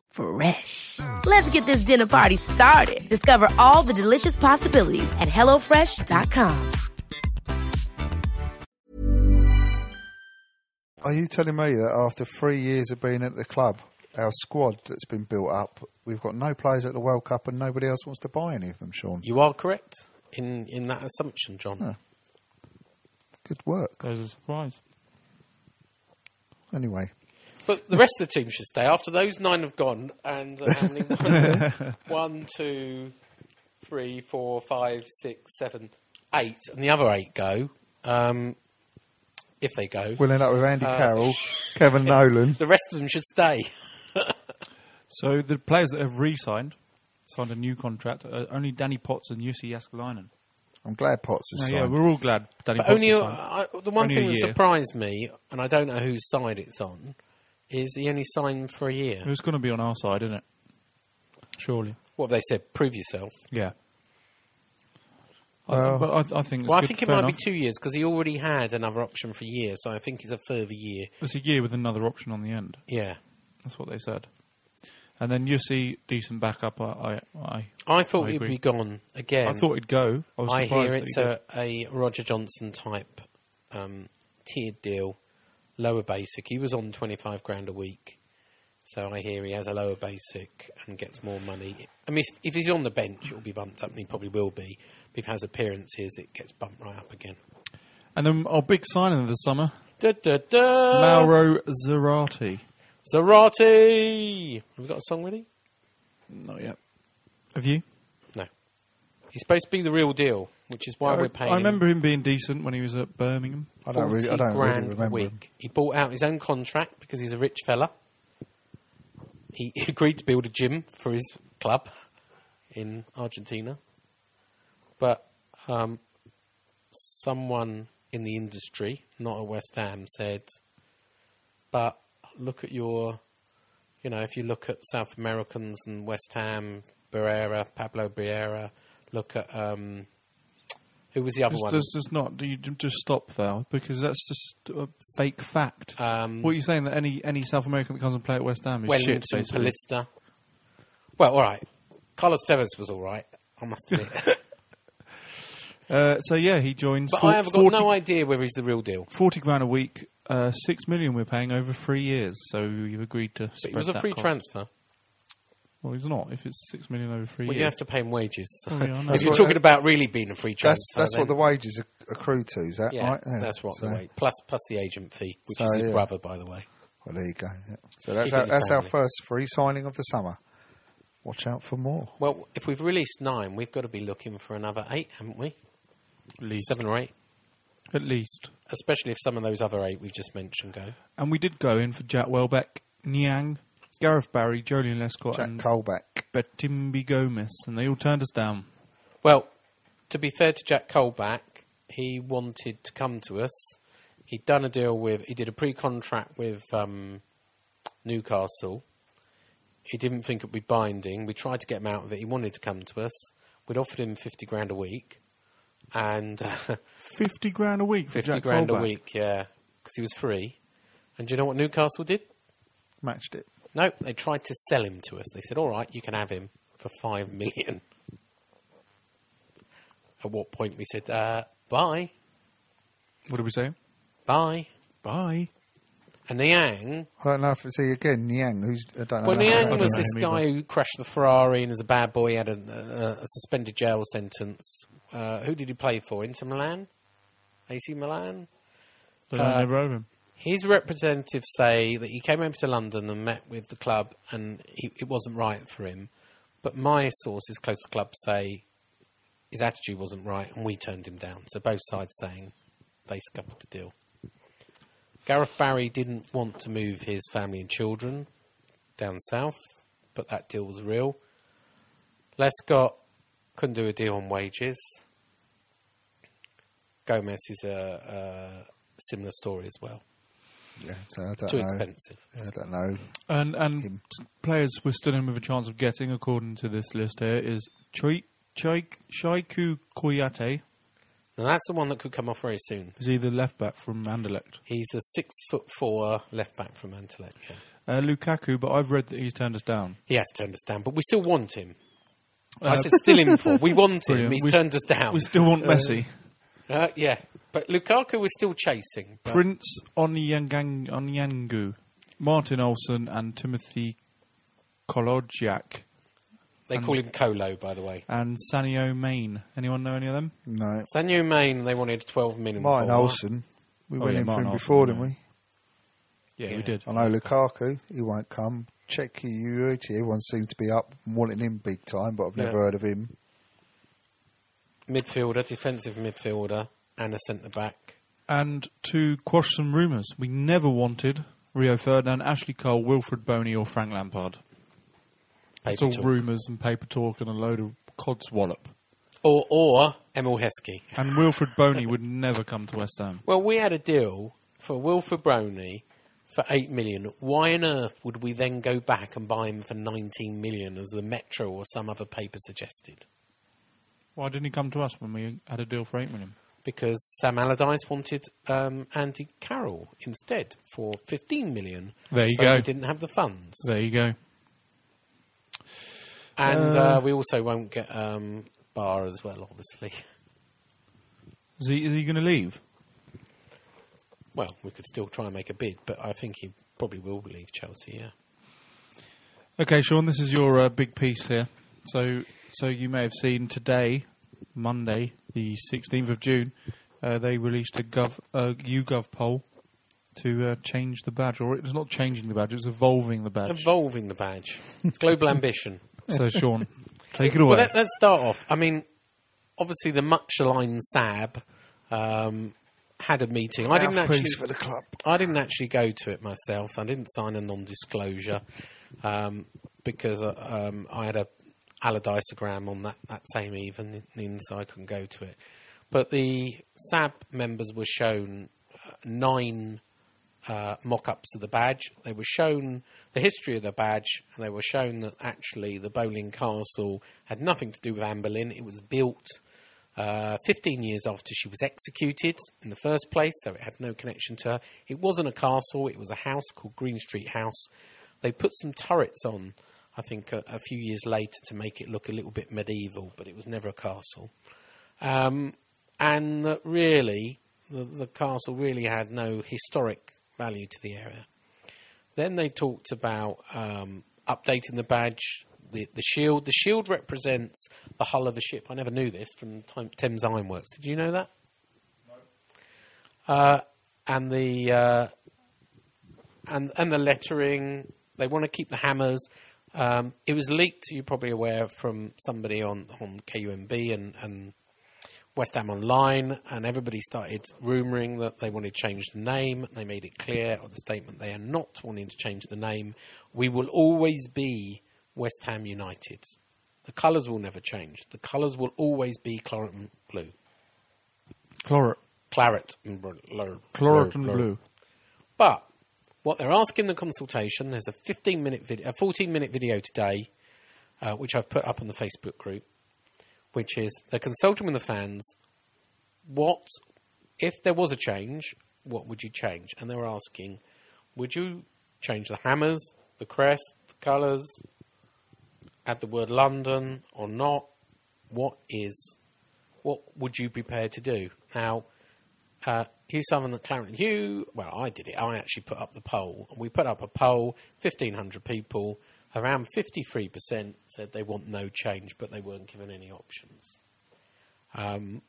F: Fresh. Let's get this dinner party started. Discover all the delicious possibilities at hellofresh.com.
D: Are you telling me that after three years of being at the club, our squad that's been built up, we've got no players at the World Cup and nobody else wants to buy any of them, Sean?
C: You are correct in, in that assumption, John.
D: Good work.
B: There's a surprise.
D: Anyway,
C: But the rest of the team should stay. After those nine have gone, and the- how many? One, two, three, four, five, six, seven, eight, and the other eight go. Um, if they go,
D: we'll end up with
C: Uh,
D: Andy Carroll, Kevin Nolan.
C: the rest of them should stay.
B: So the players that have re-signed signed a new contract. Uh, only Danny Potts and Jussi Jaskalainen.
D: I'm glad Potts is
B: Yeah,
D: signed.
B: yeah, we're all glad Danny
C: But
B: Potts
C: only
B: has
C: uh,
B: signed.
C: I, the one
B: Only
C: thing
B: a
C: that
B: year.
C: surprised me, and I don't know whose side it's on, is he only signed for a year.
B: It was going to be on our side, isn't it? Surely.
C: What have they said? Prove yourself.
B: Yeah. I,
D: Well-
B: but I, I think. It's
C: well, I
B: good,
C: think it
B: fair
C: might
B: enough.
C: be two years because he already had another option for a year, so I think it's a further year.
B: It's a year with another option on the end.
C: Yeah.
B: That's what they said. And then Yussi, decent backup. I, I, I,
C: I thought
B: I
C: he'd
B: agree.
C: be gone again.
B: I thought it'd go. I was
C: Um, I
B: surprised
C: hear
B: that
C: it's
B: he did.
C: a, a Roger Johnson type um, tiered deal, lower basic. He was on 25 grand a week. So I hear he has a lower basic and gets more money. I mean, if, if he's on the bench, it'll be bumped up, and he probably will be. But if he has appearances, it gets bumped right up again.
B: And then our big signing of the summer,
C: Da, da, da.
B: Mauro Zerati.
C: Zarate! Have we got a song ready?
B: Not yet. Have you?
C: No. He's supposed to be the real deal, which is why
B: I,
C: we're paying
B: I
C: him
B: remember him being decent when he was at Birmingham.
D: I
C: 40
D: don't really, I don't really
C: grand
D: remember.
C: a
D: him.
C: week. He bought out his own contract because he's a rich fella. He agreed to build a gym for his club in Argentina, but um, someone in the industry, not at West Ham, said, "But look at your, you know, if you look at South Americans and West Ham, Barrera, Pablo Barrera, look at um, who was the other
B: Just,
C: one?
B: just, just not. You j- just stop there because that's just a fake fact.
C: Um,
B: what are you saying that any any South American that comes and play at West Ham is
C: Wellington,
B: shit? Basically,
C: Palista. Well, all right. Carlos Tevez was all right. I must admit,
B: uh, so yeah, he joins.
C: but
B: for-
C: I have got
B: 40
C: no idea whether he's the real deal.
B: 40 grand a week, uh, 6 million we're paying over three years. So you've agreed to
C: But
B: spread
C: it was a
B: that
C: free
B: cost.
C: transfer.
B: Well, it's not. If it's 6 million over three
C: Well,
B: years.
C: you have to pay him wages.
B: Oh, yeah, I know.
C: if
B: That's
C: you're
D: what-
C: talking about really being a free transfer,
D: That's that's what the
C: then-
D: wages acc- accrue to. Is that
C: yeah,
D: right?
C: that's what
D: So-
C: the way. Plus, plus the agent fee, which
D: So,
C: is his
D: yeah.
C: brother, by the way.
D: Well, there you go. yeah. So that's
C: Keep it
D: our,
C: in
D: that's our
C: family.
D: first free signing of the summer. Watch out for more.
C: Well, if we've released nine, we've got to be looking for another eight, haven't we?
B: At least.
C: Seven or eight,
B: At least.
C: especially if some of those other eight we've just mentioned go.
B: And we did go in for Jack Welbeck, Niang, Gareth Barry, Jolien Lescott,
D: Jack
B: and
D: Colback.
B: Betimbi Gomez. And they all turned us down.
C: Well, to be fair to Jack Colback, he wanted to come to us. He'd done a deal with, he did a pre contract with um, Newcastle. He didn't think it'd be binding. We tried to get him out of it. He wanted to come to us. We'd offered him 50 grand a week. And uh,
B: 50 grand a week for
C: 50
B: Jack
C: grand
B: Welbeck.
C: a week, yeah, because he was free. And do you know what Newcastle did?
D: Matched it.
C: No, they tried to sell him to us. They said, all right, you can have him for five million. At what point we said, uh, bye,
B: What did we say?
C: bye.
B: Bye.
C: And Niang,
D: I don't know if it's he again, Niang, who's I don't know.
C: well,
D: nothing
C: Niang
D: about
C: was
D: him.
C: this
B: him
C: guy who crashed the Ferrari and is a bad boy, he had a, a, a suspended jail sentence. Uh, who did he play for? Inter Milan? AC Milan?
B: They don't never over him.
C: His representatives say that he came over to London and met with the club, and he, it wasn't right for him. But my sources close to the club say his attitude wasn't right, and we turned him down. So both sides saying they scuppered the deal. Gareth Barry didn't want to move his family and children down south, but that deal was real. Lescott couldn't do a deal on wages. Gomez is a, a similar story as well.
D: Yeah, so I don't
C: Too
D: know.
C: expensive.
D: Yeah, I don't know.
B: And and
D: Him.
B: players we're still in with a chance of getting, according to this list here, is Choi- Chai Shaiku Koyate,
C: Now that's the one that could come off very soon.
B: Is he the left back from Anderlecht?
C: He's the six foot four left back from Antelec. Yeah.
B: Uh, Lukaku, but I've read that he's turned us down.
C: He has turned us down, but we still want him. I said still in for. We want
B: Uh,
C: him.
B: Brilliant.
C: He's
B: We s-
C: turned us down.
B: We still want Messi.
C: Uh, yeah, but Lukaku was still chasing. but-
B: Prince Onyangang, Onyangu, Martin Olsen, and Timothy Kolodjak,
C: They call him Colo, by the way.
B: and Sanio Main. Anyone know any of them?
D: No.
C: Sanyo Main, they wanted 12 million.
D: Martin
C: for.
D: Olsen. We
B: Oh,
D: went
B: yeah,
D: in
B: Martin
D: for him
B: Olsen,
D: before,
B: yeah.
D: didn't we?
B: Yeah,
C: Yeah.
B: we did.
D: I know Lukaku. He won't come. Czech Uruti. Everyone seems to be up and wanting him big time, but I've never
C: Yeah.
D: heard of him.
C: Midfielder, defensive midfielder, and a centre back.
B: And to quash some rumours, we never wanted Rio Ferdinand, Ashley Cole, Wilfred Boney, or Frank Lampard. it's
C: Paper
B: all
C: talk.
B: rumours and paper talk and a load of codswallop.
C: Or, or Emil Heskey.
B: And Wilfred Boney would never come to West Ham.
C: Well, we had a deal for Wilfred Brownie for 8 million. Why on earth would we then go back and buy him for 19 million as the Metro or some other paper suggested?
B: Why didn't he come to us when we had a deal for eight million?
C: Because Sam Allardyce wanted um, Andy Carroll instead for 15 million.
B: There you
C: so
B: go.
C: We didn't have the funds.
B: There you go.
C: And uh, we also won't get um, Barr as well, obviously.
B: Is he, is he going to leave?
C: Well, we could still try and make a bid, but I think he probably will leave Chelsea, yeah.
B: Okay, Sean, this is your uh, big piece here. So, so you may have seen today, Monday, the 16th of June, uh, they released a gov, uh, YouGov poll to uh, change the badge, or it's not changing the badge; it's evolving the badge.
C: Evolving the badge. It's global ambition.
B: so, Sean, take it
C: Well,
B: away.
C: let, us start off. I mean, obviously, the much aligned Sab um, had a meeting. I didn't
D: Mouthpiece
C: actually
D: for the club.
C: I didn't actually go to it myself. I didn't sign a non-disclosure um, because uh, um, I had a Allardyceogram on that, that same evening, so I couldn't go to it. But the SAB members were shown uh, nine uh, mock-ups of the badge. They were shown the history of the badge, and they were shown that actually the Bowling Castle had nothing to do with Anne Boleyn. It was built uh, 15 years after she was executed in the first place, so it had no connection to her. It wasn't a castle, it was a house called Green Street House. They put some turrets on, I think, a, a few years later to make it look a little bit medieval, but it was never a castle. Um, and that really, the, the castle really had no historic value to the area. Then they talked about um, updating the badge, the, the shield. The shield represents the hull of a ship. I never knew this from the time Thames Ironworks. Did you know that? No. Uh, and the uh, and and the lettering. They want to keep the hammers. Um, it was leaked. You're probably aware from somebody on on KUMB and and West Ham Online, and everybody started rumouring that they wanted to change the name. They made it clear on the statement they are not wanting to change the name. We will always be West Ham United. The colours will never change. The colours will always be claret and blue.
B: Chlorat,
C: Claret and blue.
B: chlorat and blue.
C: But what they're asking the consultation, there's a 15 minute video, a 14 minute video today, uh, which I've put up on the Facebook group, which is they're consulting with the fans. What if there was a change? What would you change? And they were asking, would you change the hammers, the crest, the colours, add the word London or not? What is? What would you be prepared to do? Now, uh, Hugh Sutherland, Clarence Hugh. Well, I did it. I actually put up the poll. We put up a poll, 1,500 people. Around 53% said they want no change, but they weren't given any options. Um,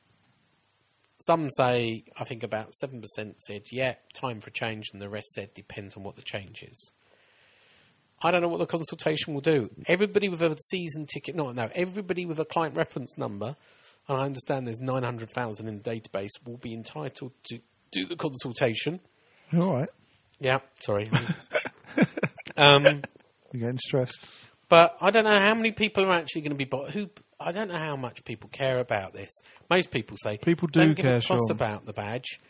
C: some say, I think about 7% said, yeah, time for change, and the rest said, depends on what the change is. I don't know what the consultation will do. Everybody with a season ticket, no, no, everybody with a client reference number, and I understand there's 900,000 in the database, will be entitled to do the consultation.
D: All right.
C: Yeah, sorry. um,
D: You're getting stressed.
C: but I don't know how many people are actually going to be. Bo- who I don't know how much people care about this. Most people say
B: People do
C: don't give
B: care,
C: a toss
B: Sean."
C: about the badge.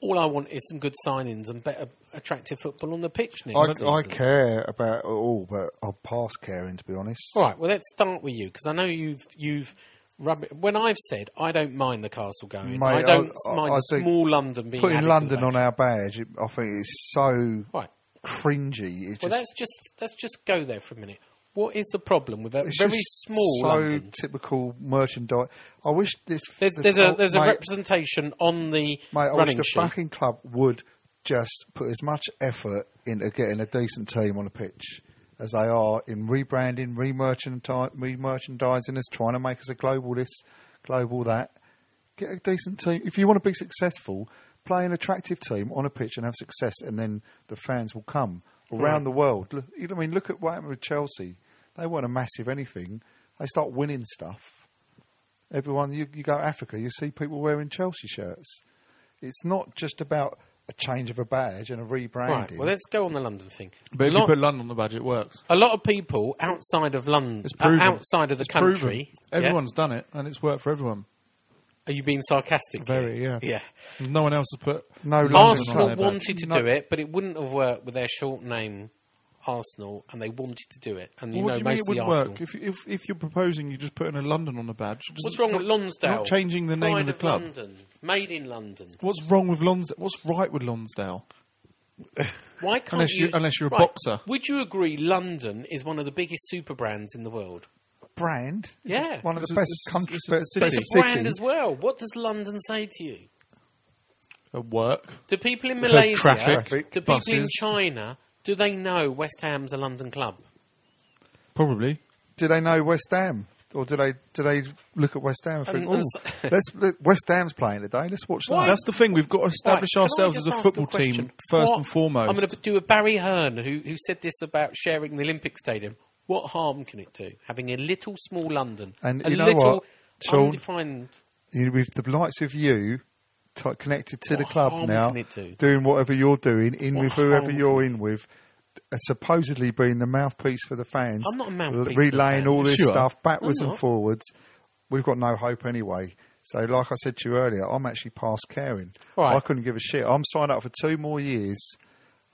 C: All I want is some good signings and better attractive football on the pitch. Next
D: I,
C: season."
D: I care about it all, but I'll pass caring, to be honest.
C: All right. Well, let's start with you because I know you've you've Rub it. When I've said I don't mind the castle going,
D: Mate,
C: I don't
D: I- I-
C: mind
D: I think
C: small London being added
D: Putting
C: to
D: London
C: the
D: on
C: budget.
D: our badge, it, I think it's so
C: right.
D: cringy. It's
C: Well,
D: just,
C: let's just let's just go there for a minute. What is the problem with that
D: it's
C: very
D: just
C: small
D: so
C: London?
D: typical merchandise. I wish this.
C: There's,
D: the
C: there's a
D: cult-
C: there's a
D: mate,
C: representation on the
D: Mate, I wish
C: running
D: the
C: sheet.
D: fucking club would just put as much effort into getting a decent team on the pitch as they are in rebranding, re-merchandising, re-merchandising us, trying to make us a global this, global that. Get a decent team. If you want to be successful, play an attractive team on a pitch and have success, and then the fans will come around the world. Look, you know, I mean, look at what happened with Chelsea. They weren't a massive anything. They start winning stuff. Everyone, you, you go to Africa, you see people wearing Chelsea shirts. It's not just about a change of a badge and a rebranding.
C: Right. Well, let's go on the London thing.
B: But if
C: a,
B: you
C: lot,
B: put London on the badge, it works.
C: a lot of people outside of London,
B: It's
C: uh,
B: proven.
C: outside of the
B: It's proven.
C: country, yeah?
B: Everyone's done it, and it's worked for everyone.
C: Are you being sarcastic? here?
B: Very, yeah.
C: Yeah.
B: No one else has put
D: No
B: London
D: London
B: on
C: Arsenal
B: their badge.
C: wanted to
D: No.
C: do it, but it wouldn't have worked with their short name, Arsenal, and they wanted to do it. And you
B: Well, what
C: know,
B: do you mean
C: most
B: it
C: of the
B: wouldn't
C: Arsenal.
B: work? If, if, if you're proposing you just put in a London on the badge, just
C: What's wrong
B: not-
C: with Lonsdale?
B: Not changing the name
C: Pride
B: of the club.
C: London, made in London.
B: What's wrong with Lonsdale? What's right with Lonsdale?
C: Why can't
B: Unless you- unless you're a boxer.
C: Would you agree? London is one of the biggest super brands in the world.
D: brand. It's
C: Yeah.
D: one of
B: It's
D: the
B: a-
D: best
B: it's a-
D: countries,
B: it's a
D: best,
B: city.
D: best
C: It's a brand as well. What does London say to you?
B: At work.
C: Do people in Malaysia,
B: traffic,
C: do people in
B: buses.
C: China, do they know West Ham's a London club?
B: Probably.
D: Do they know West Ham, or do they do they look at West Ham and think,
C: Um,
D: "Oh, let's let- West Ham's playing today. Let's watch that."
B: That's the thing. We've got to establish
C: Right, can I
B: ourselves as
C: just
B: a
C: ask
B: football
C: question?
B: team first
C: What-
B: and foremost.
C: I'm going to do a Barry Hearn who, who said this about sharing the Olympic Stadium. What harm can it do? Having a little small London.
D: And
C: a
D: you know
C: little
D: what, Sean?
C: undefined.
D: you, with the likes of you t- connected to the
C: What
D: club
C: harm
D: now,
C: can it do?
D: doing whatever you're doing, in
C: What
D: with whoever
C: harm?
D: you're in with, and supposedly being the mouthpiece for the fans.
C: I'm not a
D: l-
C: mouthpiece for the
D: Relaying all
C: fans.
D: this
B: Sure.
D: stuff backwards
C: I'm
D: and
C: not.
D: forwards. We've got no hope anyway. So, like I said to you earlier, I'm actually past caring.
C: Right.
D: I couldn't give a shit. I'm signed up for two more years.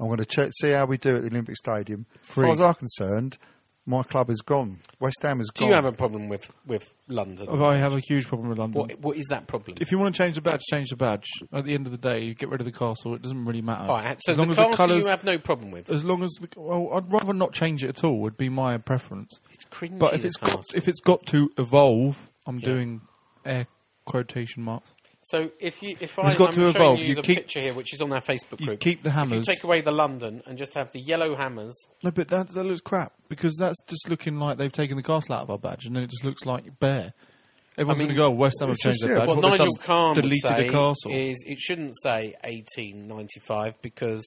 D: I'm going to check, see how we do at the Olympic Stadium.
B: Free.
D: As far as I'm concerned, my club is gone. West Ham is
C: Do
D: gone.
C: you have a problem with, with London?
B: I have a huge problem with London.
C: What, what is that problem?
B: Oh. if you want to change the badge, change the badge. At the end of the day, you get rid of the castle. It doesn't really matter.
C: All right, so
B: as
C: the
B: long as the
C: castle
B: colours,
C: you have no problem with.
B: as long as the, well, I'd rather not change it at all. Would be my preference.
C: It's cringy.
B: But if
C: the
B: it's got,
C: castle.
B: if it's got to evolve, I'm doing air quotation marks.
C: So if you, if I,
B: It's got
C: I'm
B: to
C: showing
B: evolve.
C: you,
B: You
C: the
B: keep-
C: picture here, which is on our Facebook
B: you
C: group,
B: keep the
C: if
B: hammers.
C: you take away the London and just have the yellow hammers.
B: No, but that, that looks crap because that's just looking like they've taken the castle out of our badge, and then it just looks like bare. Everyone's
C: I mean,
B: going to go. "Oh, West Ham have
D: it's
B: changed
D: just-
B: their
D: yeah,
B: badge.
C: What
D: what
B: they've
C: Nigel
B: done is
C: Khan would
B: deleted
C: say eh,
B: the castle.
C: is it shouldn't say 1895 because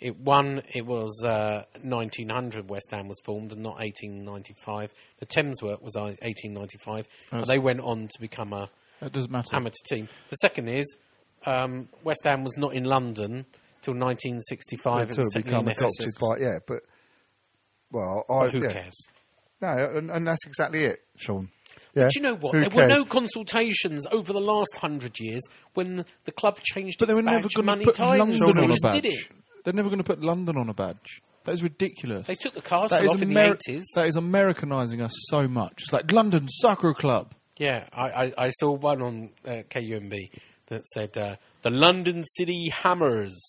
C: it one it was uh, 1900 West Ham was formed and not 1895. The Thames work was uh, 1895, and they went on to become a
B: That doesn't matter.
C: amateur team. The second is um, West Ham was not in London till 1965. It
D: until
C: was
D: it
C: technically
D: become
C: an
D: adopted
C: SS.
D: by yeah, but well, I
C: But who
D: yeah.
C: cares?
D: No, and, and that's exactly it, Sean. Yeah?
C: Do you know what?
D: Who
C: there
D: cares?
C: were no consultations over the last hundred years when the club changed
B: But they
C: its
B: were never
C: badge
B: going
C: many
B: to put
C: times.
B: London
C: they
B: on a
C: just did it.
B: badge. They're never going to put London on a badge. That is ridiculous.
C: They took the castle off in the
B: Ameri-
C: 80s.
B: That is Americanizing us so much. It's like London Soccer Club.
C: Yeah, I, I, I saw one on uh, KUMB that said uh, the London City Hammers.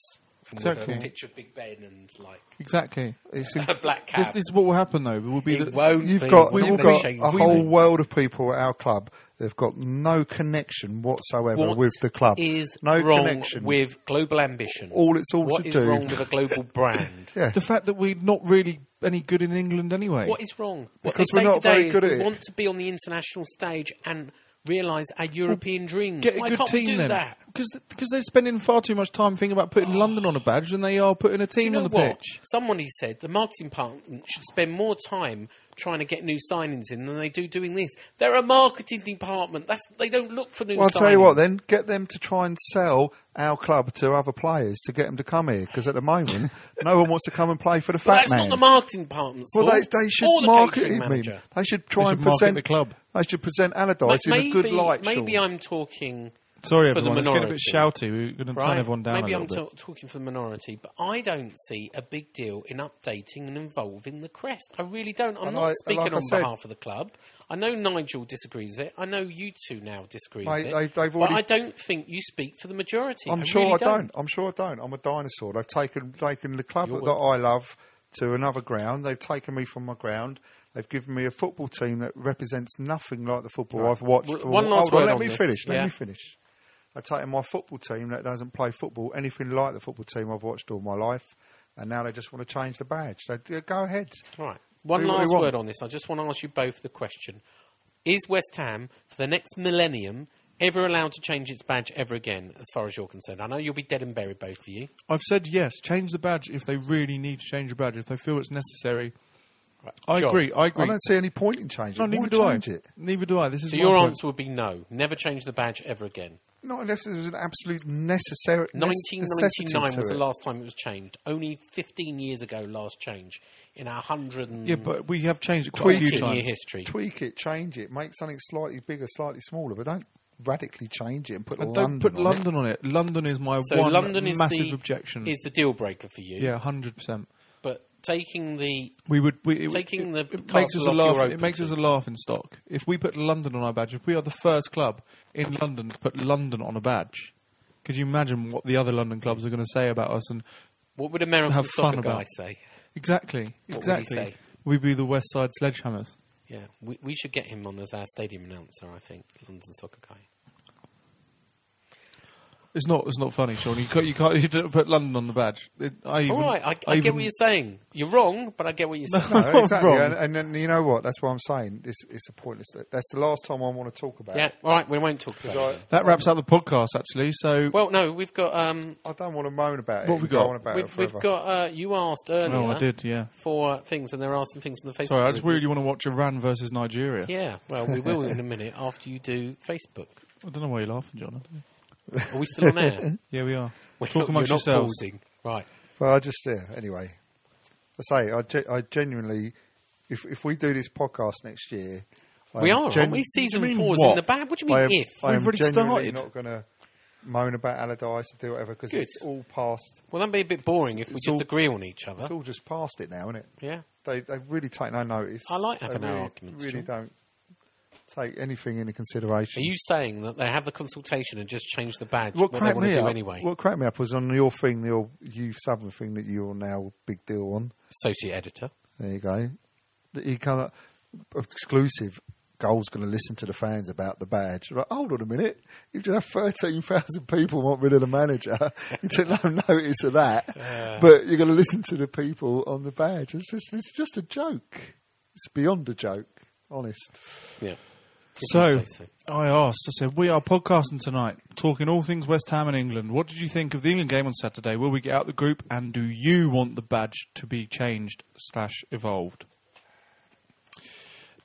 C: And
B: Exactly.
C: With a picture of Big Ben and like
B: Exactly.
D: It's in-
C: a black
B: This,
C: cat.
B: this is what will happen though. We'll be
C: It
B: the-
C: won't
D: you've
C: be.
D: got
B: we
C: We're not
D: you've
C: gonna
D: got
C: change
D: a
C: it.
D: whole world of people at our club. They've got no connection whatsoever
C: What
D: with the club.
C: is
D: no
C: wrong
D: connection
C: with global ambition.
D: All it's all
C: What
D: to
C: is
D: do-
C: wrong with a global brand?
D: Yeah.
B: the fact that we're not really any good in England anyway.
C: What is wrong? What
D: Because
C: they
D: we're
C: say
D: not
C: today
D: very
C: is
D: good
C: we
D: at it.
C: want to be on the international stage and realise our European dreams.
B: Get a
C: Why
B: good
C: can't
B: team
C: we do
B: then.
C: that? Oh.
B: Because they're spending far too much time thinking about putting London on a badge than they are putting a
C: Do you
B: team
C: know
B: on the
C: what?
B: pitch.
C: Somebody said the marketing department should spend more time trying to get new signings in than they do doing this. They're a marketing department. That's they don't look for new.
D: Well, I'll
C: signings.
D: tell you what, then get them to try and sell our club to other players to get them to come here. Because at the moment, no one wants to come and play for the
C: But
D: fat
C: that's
D: man.
C: not the marketing department's
D: well,
C: fault.
D: they, they should
C: or the
D: market
C: catering
D: him.
C: manager.
D: They should try
B: They
D: and
B: should market
D: present
B: the club.
D: They should present
C: Ma-
D: Allardyce in
C: maybe,
D: a good light.
C: maybe
D: Sean.
C: I'm talking
B: Sorry,
C: For the
B: everyone. It's getting a bit
C: minority.
B: shouty. We're going to turn everyone down
C: Maybe
B: a
C: I'm
B: little
C: ta- talking for the minority, but I don't see a big deal in updating and involving the crest. I really don't. I'm
D: And
C: not
D: like- and
C: speaking
D: like I
C: on
D: said-
C: behalf of the club. I know Nigel disagrees with it. I know you two now disagree
D: Mate,
C: with
D: they-
C: it.
D: they've
C: but
D: already-
C: I don't think you speak for the majority.
D: I'm
C: I
D: sure
C: really
D: I don't. I'm sure I don't. I'm a dinosaur. They've taken taken the club
C: You're
D: that
C: one.
D: I love to another ground. They've taken me from my ground. They've given me a football team that represents nothing like the football I've watched.
C: Well,
D: for-
C: one last
D: Hold on,
C: word
D: let
C: on
D: me
C: this.
D: finish. Let
C: Yeah.
D: me finish. I've taken my football team that doesn't play football anything like the football team I've watched all my life, and now they just want to change the badge. So yeah, go ahead.
C: Right. One
D: Do what you
C: last
D: want.
C: word on this. I just want to ask you both the question: Is West Ham for the next millennium? Ever allowed to change its badge ever again, as far as you're concerned? I know you'll be dead and buried, both of you.
B: bit. I've said yes. Change the badge if they really need to change the badge. If they feel it's necessary.
C: Right.
B: I
C: John,
B: agree. I
D: I
B: agree.
D: don't see any point in changing.
B: no,
D: it.
B: neither do
D: Why
B: I.
D: change it?
B: Neither do I. This is
C: So
B: my
C: your
B: point.
C: answer would be no. Never change the badge ever again.
D: Not unless there was an absolute necessary. necessity
C: 1999
D: to
C: was the
D: it.
C: last time it was changed. Only 15 years ago, last change in our hundred and
B: Yeah, but we have changed it quite a few
C: 20 year
B: times.
C: history.
D: tweak it, change it, make something slightly bigger, slightly smaller, but don't radically change it and put
B: And don't
D: London
B: put
D: on it.
B: London on it. London is my
C: So
B: one
C: London is
B: massive
C: the
B: objection.
C: is the deal breaker for you.
B: yeah, hundred percent.
C: But taking the
B: We would. We, it,
C: Taking
B: it,
C: the
B: it makes us
C: castle
B: a
C: off
B: laugh.
C: your
B: It
C: open
B: makes us a
C: to.
B: laugh in stock. If we put London on our badge, if we are the first club in London to put London on a badge, could you imagine what the other London clubs are going to say about us? And
C: what would American
B: Have fun
C: soccer
B: about
C: guy
B: it.
C: say?
B: exactly,
C: would he
B: exactly,
C: say?
B: we'd be the West Side Sledgehammers.
C: Yeah, we, we should get him on as our stadium announcer. I think London soccer guy.
B: It's not. It's not funny, Sean. You can't. You, can't, you don't put London on the badge. It- I even,
C: All right, I, I, get
B: even-
C: what you're saying. You're wrong, but I get what you're saying.
D: No, exactly.
B: Wrong.
D: And, and then you know what? That's what I'm saying. It's, it's a pointless. That's the last time I want to talk about
C: Yeah,
D: it.
C: all right, we won't talk about it.
B: That wraps up the podcast, actually. So
C: Well, no, we've got um,
D: I don't want to moan about it.
B: What we
D: and
B: got?
D: Go on about it
C: we've,
D: forever.
C: we've got uh, you asked earlier.
B: Oh, I did, yeah.
C: For things, and there are some things in the Facebook.
B: sorry, I just
C: group.
B: really want to watch Iran versus Nigeria.
C: Yeah, well, we will in a minute after you do Facebook.
B: I don't know why you're laughing, John.
C: Are we still on air?
B: Yeah, we are.
C: We're
B: Talk
C: not-
B: amongst
C: you're not
B: yourselves.
C: pausing. Right.
D: But I just yeah. Anyway, I say I, ge- I genuinely, if if we do this podcast next year, I
C: we
D: am
C: are,
D: gen-
C: aren't we? Season
B: mean
C: four's
B: what?
C: in the bag. What do you
D: I
C: mean
D: am,
C: if?
D: I
B: We've
D: am
B: already
D: genuinely
B: started.
D: not going to moan about Allardyce and do whatever because
C: Good.
D: it's all past.
C: well, that'd be a bit boring if we
D: It's
C: just
D: all-
C: agree on each other.
D: It's all just past it now, isn't it?
C: Yeah.
D: They they really take no notice.
C: I like
D: They
C: having our
D: really,
C: arguments,
D: Really
C: John.
D: don't take anything into
C: Are
D: consideration.
C: you saying that they have the consultation and just change the badge? What,
D: what
C: they
D: cracked
C: want
D: me
C: to do
D: up?
C: anyway?
D: What cracked me up was on your thing, the old youth southern thing that you're now big deal on.
C: Associate editor.
D: There you go. That He kind of exclusive. Goal's going to listen to the fans about the badge. Right, hold on a minute. You just have 13,000 people want rid of the manager. you took no notice of that. But you're going to listen to the people on the badge. It's just, it's just a joke. It's beyond a joke. Honest.
C: Yeah.
B: So,
C: Say so.
B: I asked, I said, we are podcasting tonight, talking all things West Ham and England. What did you think of the England game on Saturday? Will we get out the group? And do you want the badge to be changed slash evolved?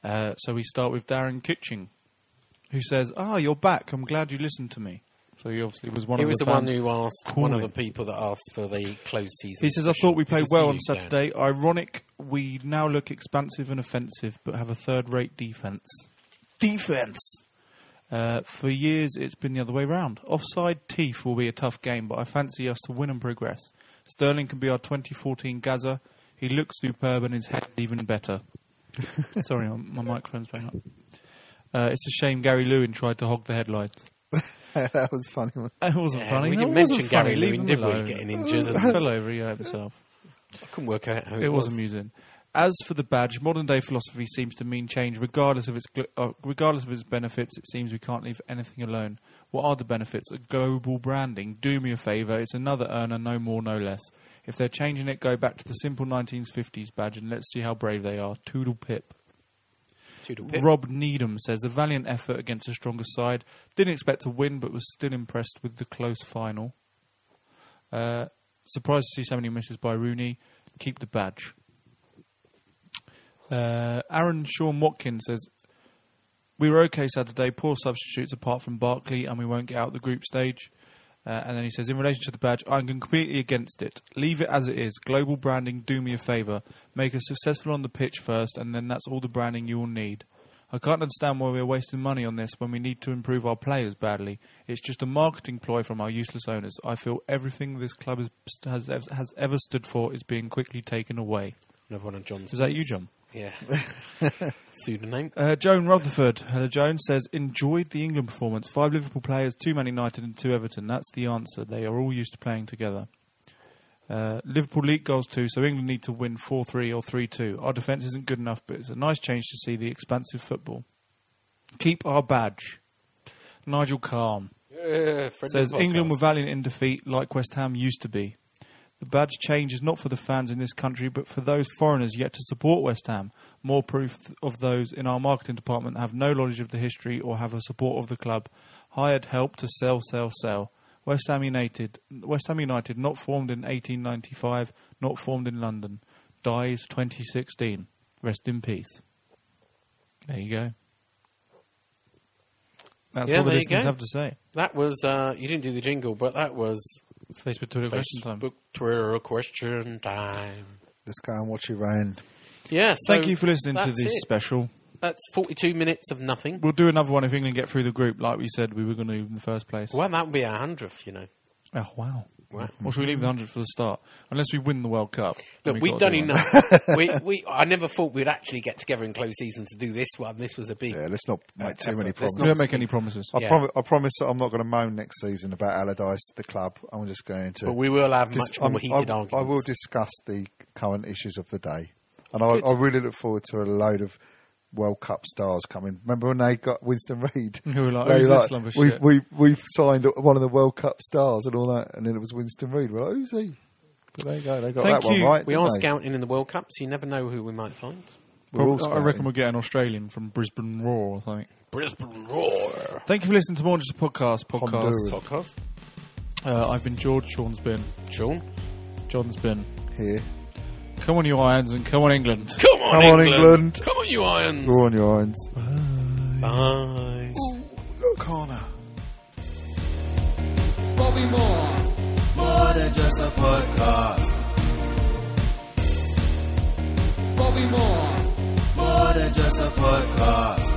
B: Uh, so we start with Darren Kitching, who says, ah, you're back. I'm glad you listened to me. So he obviously was one
C: He
B: of
C: was
B: the
C: the one
B: fans.
C: who asked, one of
B: calling.
C: the people that asked for the closed season.
B: He says, I
C: special."
B: thought we
C: This
B: played
C: is for
B: well
C: you,
B: on
C: Dan.
B: Saturday. Ironic, we now look expansive and offensive, but have a third rate defence. Defence! Uh, for years, it's been the other way round. Offside teeth will be a tough game, but I fancy us to win and progress. Sterling can be our 2014 Gaza. He looks superb and his head even better. Sorry, my, my microphone's playing up. Uh, it's a shame Gary Lewin tried to hog the headlights.
D: that was funny.
B: It wasn't
C: Yeah,
B: funny.
C: We
B: That wasn't
C: didn't mention
B: funny.
C: Gary
B: Leave
C: Lewin,
B: him
C: did we?
B: alone.
C: Getting injured. and-
B: Fell over, he hurt himself.
C: I couldn't work out who
B: It was amusing. As for the badge, modern day philosophy seems to mean change, regardless of its gl- uh, regardless of its benefits. It seems we can't leave anything alone. What are the benefits? A global branding. Do me a favour. It's another earner, no more, no less. If they're changing it, go back to the simple 1950s badge and let's see how brave they are. Toodle pip.
C: Toodle pip.
B: Rob Needham says a valiant effort against a stronger side. Didn't expect to win, but was still impressed with the close final. Uh, surprised to see so many misses by Rooney. Keep the badge. Uh, Aaron Sean Watkins says we were okay Saturday. Poor substitutes apart from Barkley, and we won't get out the group stage. Uh, and then he says, in relation to the badge, I'm completely against it. Leave it as it is. Global branding, do me a favour. Make us successful on the pitch first, and then that's all the branding you will need. I can't understand why we're wasting money on this when we need to improve our players badly. It's just a marketing ploy from our useless owners. I feel everything this club is, has, has ever stood for is being quickly taken away.
C: Another one of John's.
B: Is that you, John?
C: Yeah. Pseudonym.
B: Uh, Joan Rutherford. Hello, Joan says enjoyed the England performance. Five Liverpool players, two Man United, and two Everton. That's the answer. They are all used to playing together. Uh, Liverpool league goals too, so England need to win four three or three two. Our defence isn't good enough, but it's a nice change to see the expansive football. Keep our badge. Nigel Calm
C: Yeah, friend
B: says
C: of the
B: England
C: podcast.
B: were valiant in defeat, like West Ham used to be. The badge change is not for the fans in this country, but for those foreigners yet to support West Ham. More proof th- of those in our marketing department that have no knowledge of the history or have a support of the club. Hired help to sell, sell, sell. West Ham United, West Ham United, not formed in 1895, not formed in London, dies 2016. Rest in peace. There you go. That's
C: Yeah,
B: what the
C: there you
B: listeners
C: go.
B: have to say.
C: That was, uh, you didn't do the jingle, but that was
B: Facebook Twitter question time.
C: Facebook Twitter question time.
D: Let's go and watch it rain.
C: Yeah, so
B: Thank you for listening to
C: that's
B: this
C: it.
B: special.
C: That's 42 minutes of nothing.
B: We'll do another one if England get through the group, like we said we were going to in the first place.
C: Well, that would be our hundredth, you know.
B: Oh, wow.
C: Wow.
B: Or should we leave the 100 for the start? Unless we win the World Cup. then
C: Look,
B: we
C: we've
B: gotta
C: done
B: do one.
C: enough. we, we, I never thought we'd actually get together in close season to do this one. This was a big.
D: Yeah, let's not make too many
C: let's
D: promises.
B: We Don't make any promises.
D: I,
C: Yeah.
D: promise, I promise that I'm not going to moan next season about Allardyce, the club. I'm just going to.
C: But we will have
D: dis-
C: much more
D: I'm-
C: heated
D: I,
C: arguments.
D: I will discuss the current issues of the day, and I, I really look forward to a load of World Cup stars coming. Remember when they got Winston Reid?
B: Who were like,
D: They
B: Oh, "Who's
D: were
B: this lump of
D: we've,
B: shit?"
D: we've we've signed one of the World Cup stars and all that, and then it was Winston Reid. Well, who's he? But there you go. They got
B: Thank
D: that
B: you.
D: one right.
C: We
D: didn't
C: are
D: they?
C: scouting in the World Cup, so you never know who we might find.
D: We're all
B: I reckon
D: scouting.
B: we'll get an Australian from Brisbane Roar or something.
C: Brisbane Roar
B: Thank you for listening to more than just a podcast.
D: Honduras.
B: podcast.
C: podcast.
B: Uh, I've been George, Sean's been,
C: Sean,
B: John's been.
D: here.
B: Come on, you irons, and come on, England.
C: come on,
D: Come on,
C: England.
D: England.
C: Come on, you Irons.
D: Go on, your irons.
C: Bye.
D: Go, Connor.
A: Bobby Moore. More than just a podcast. Bobby Moore. More than just a podcast.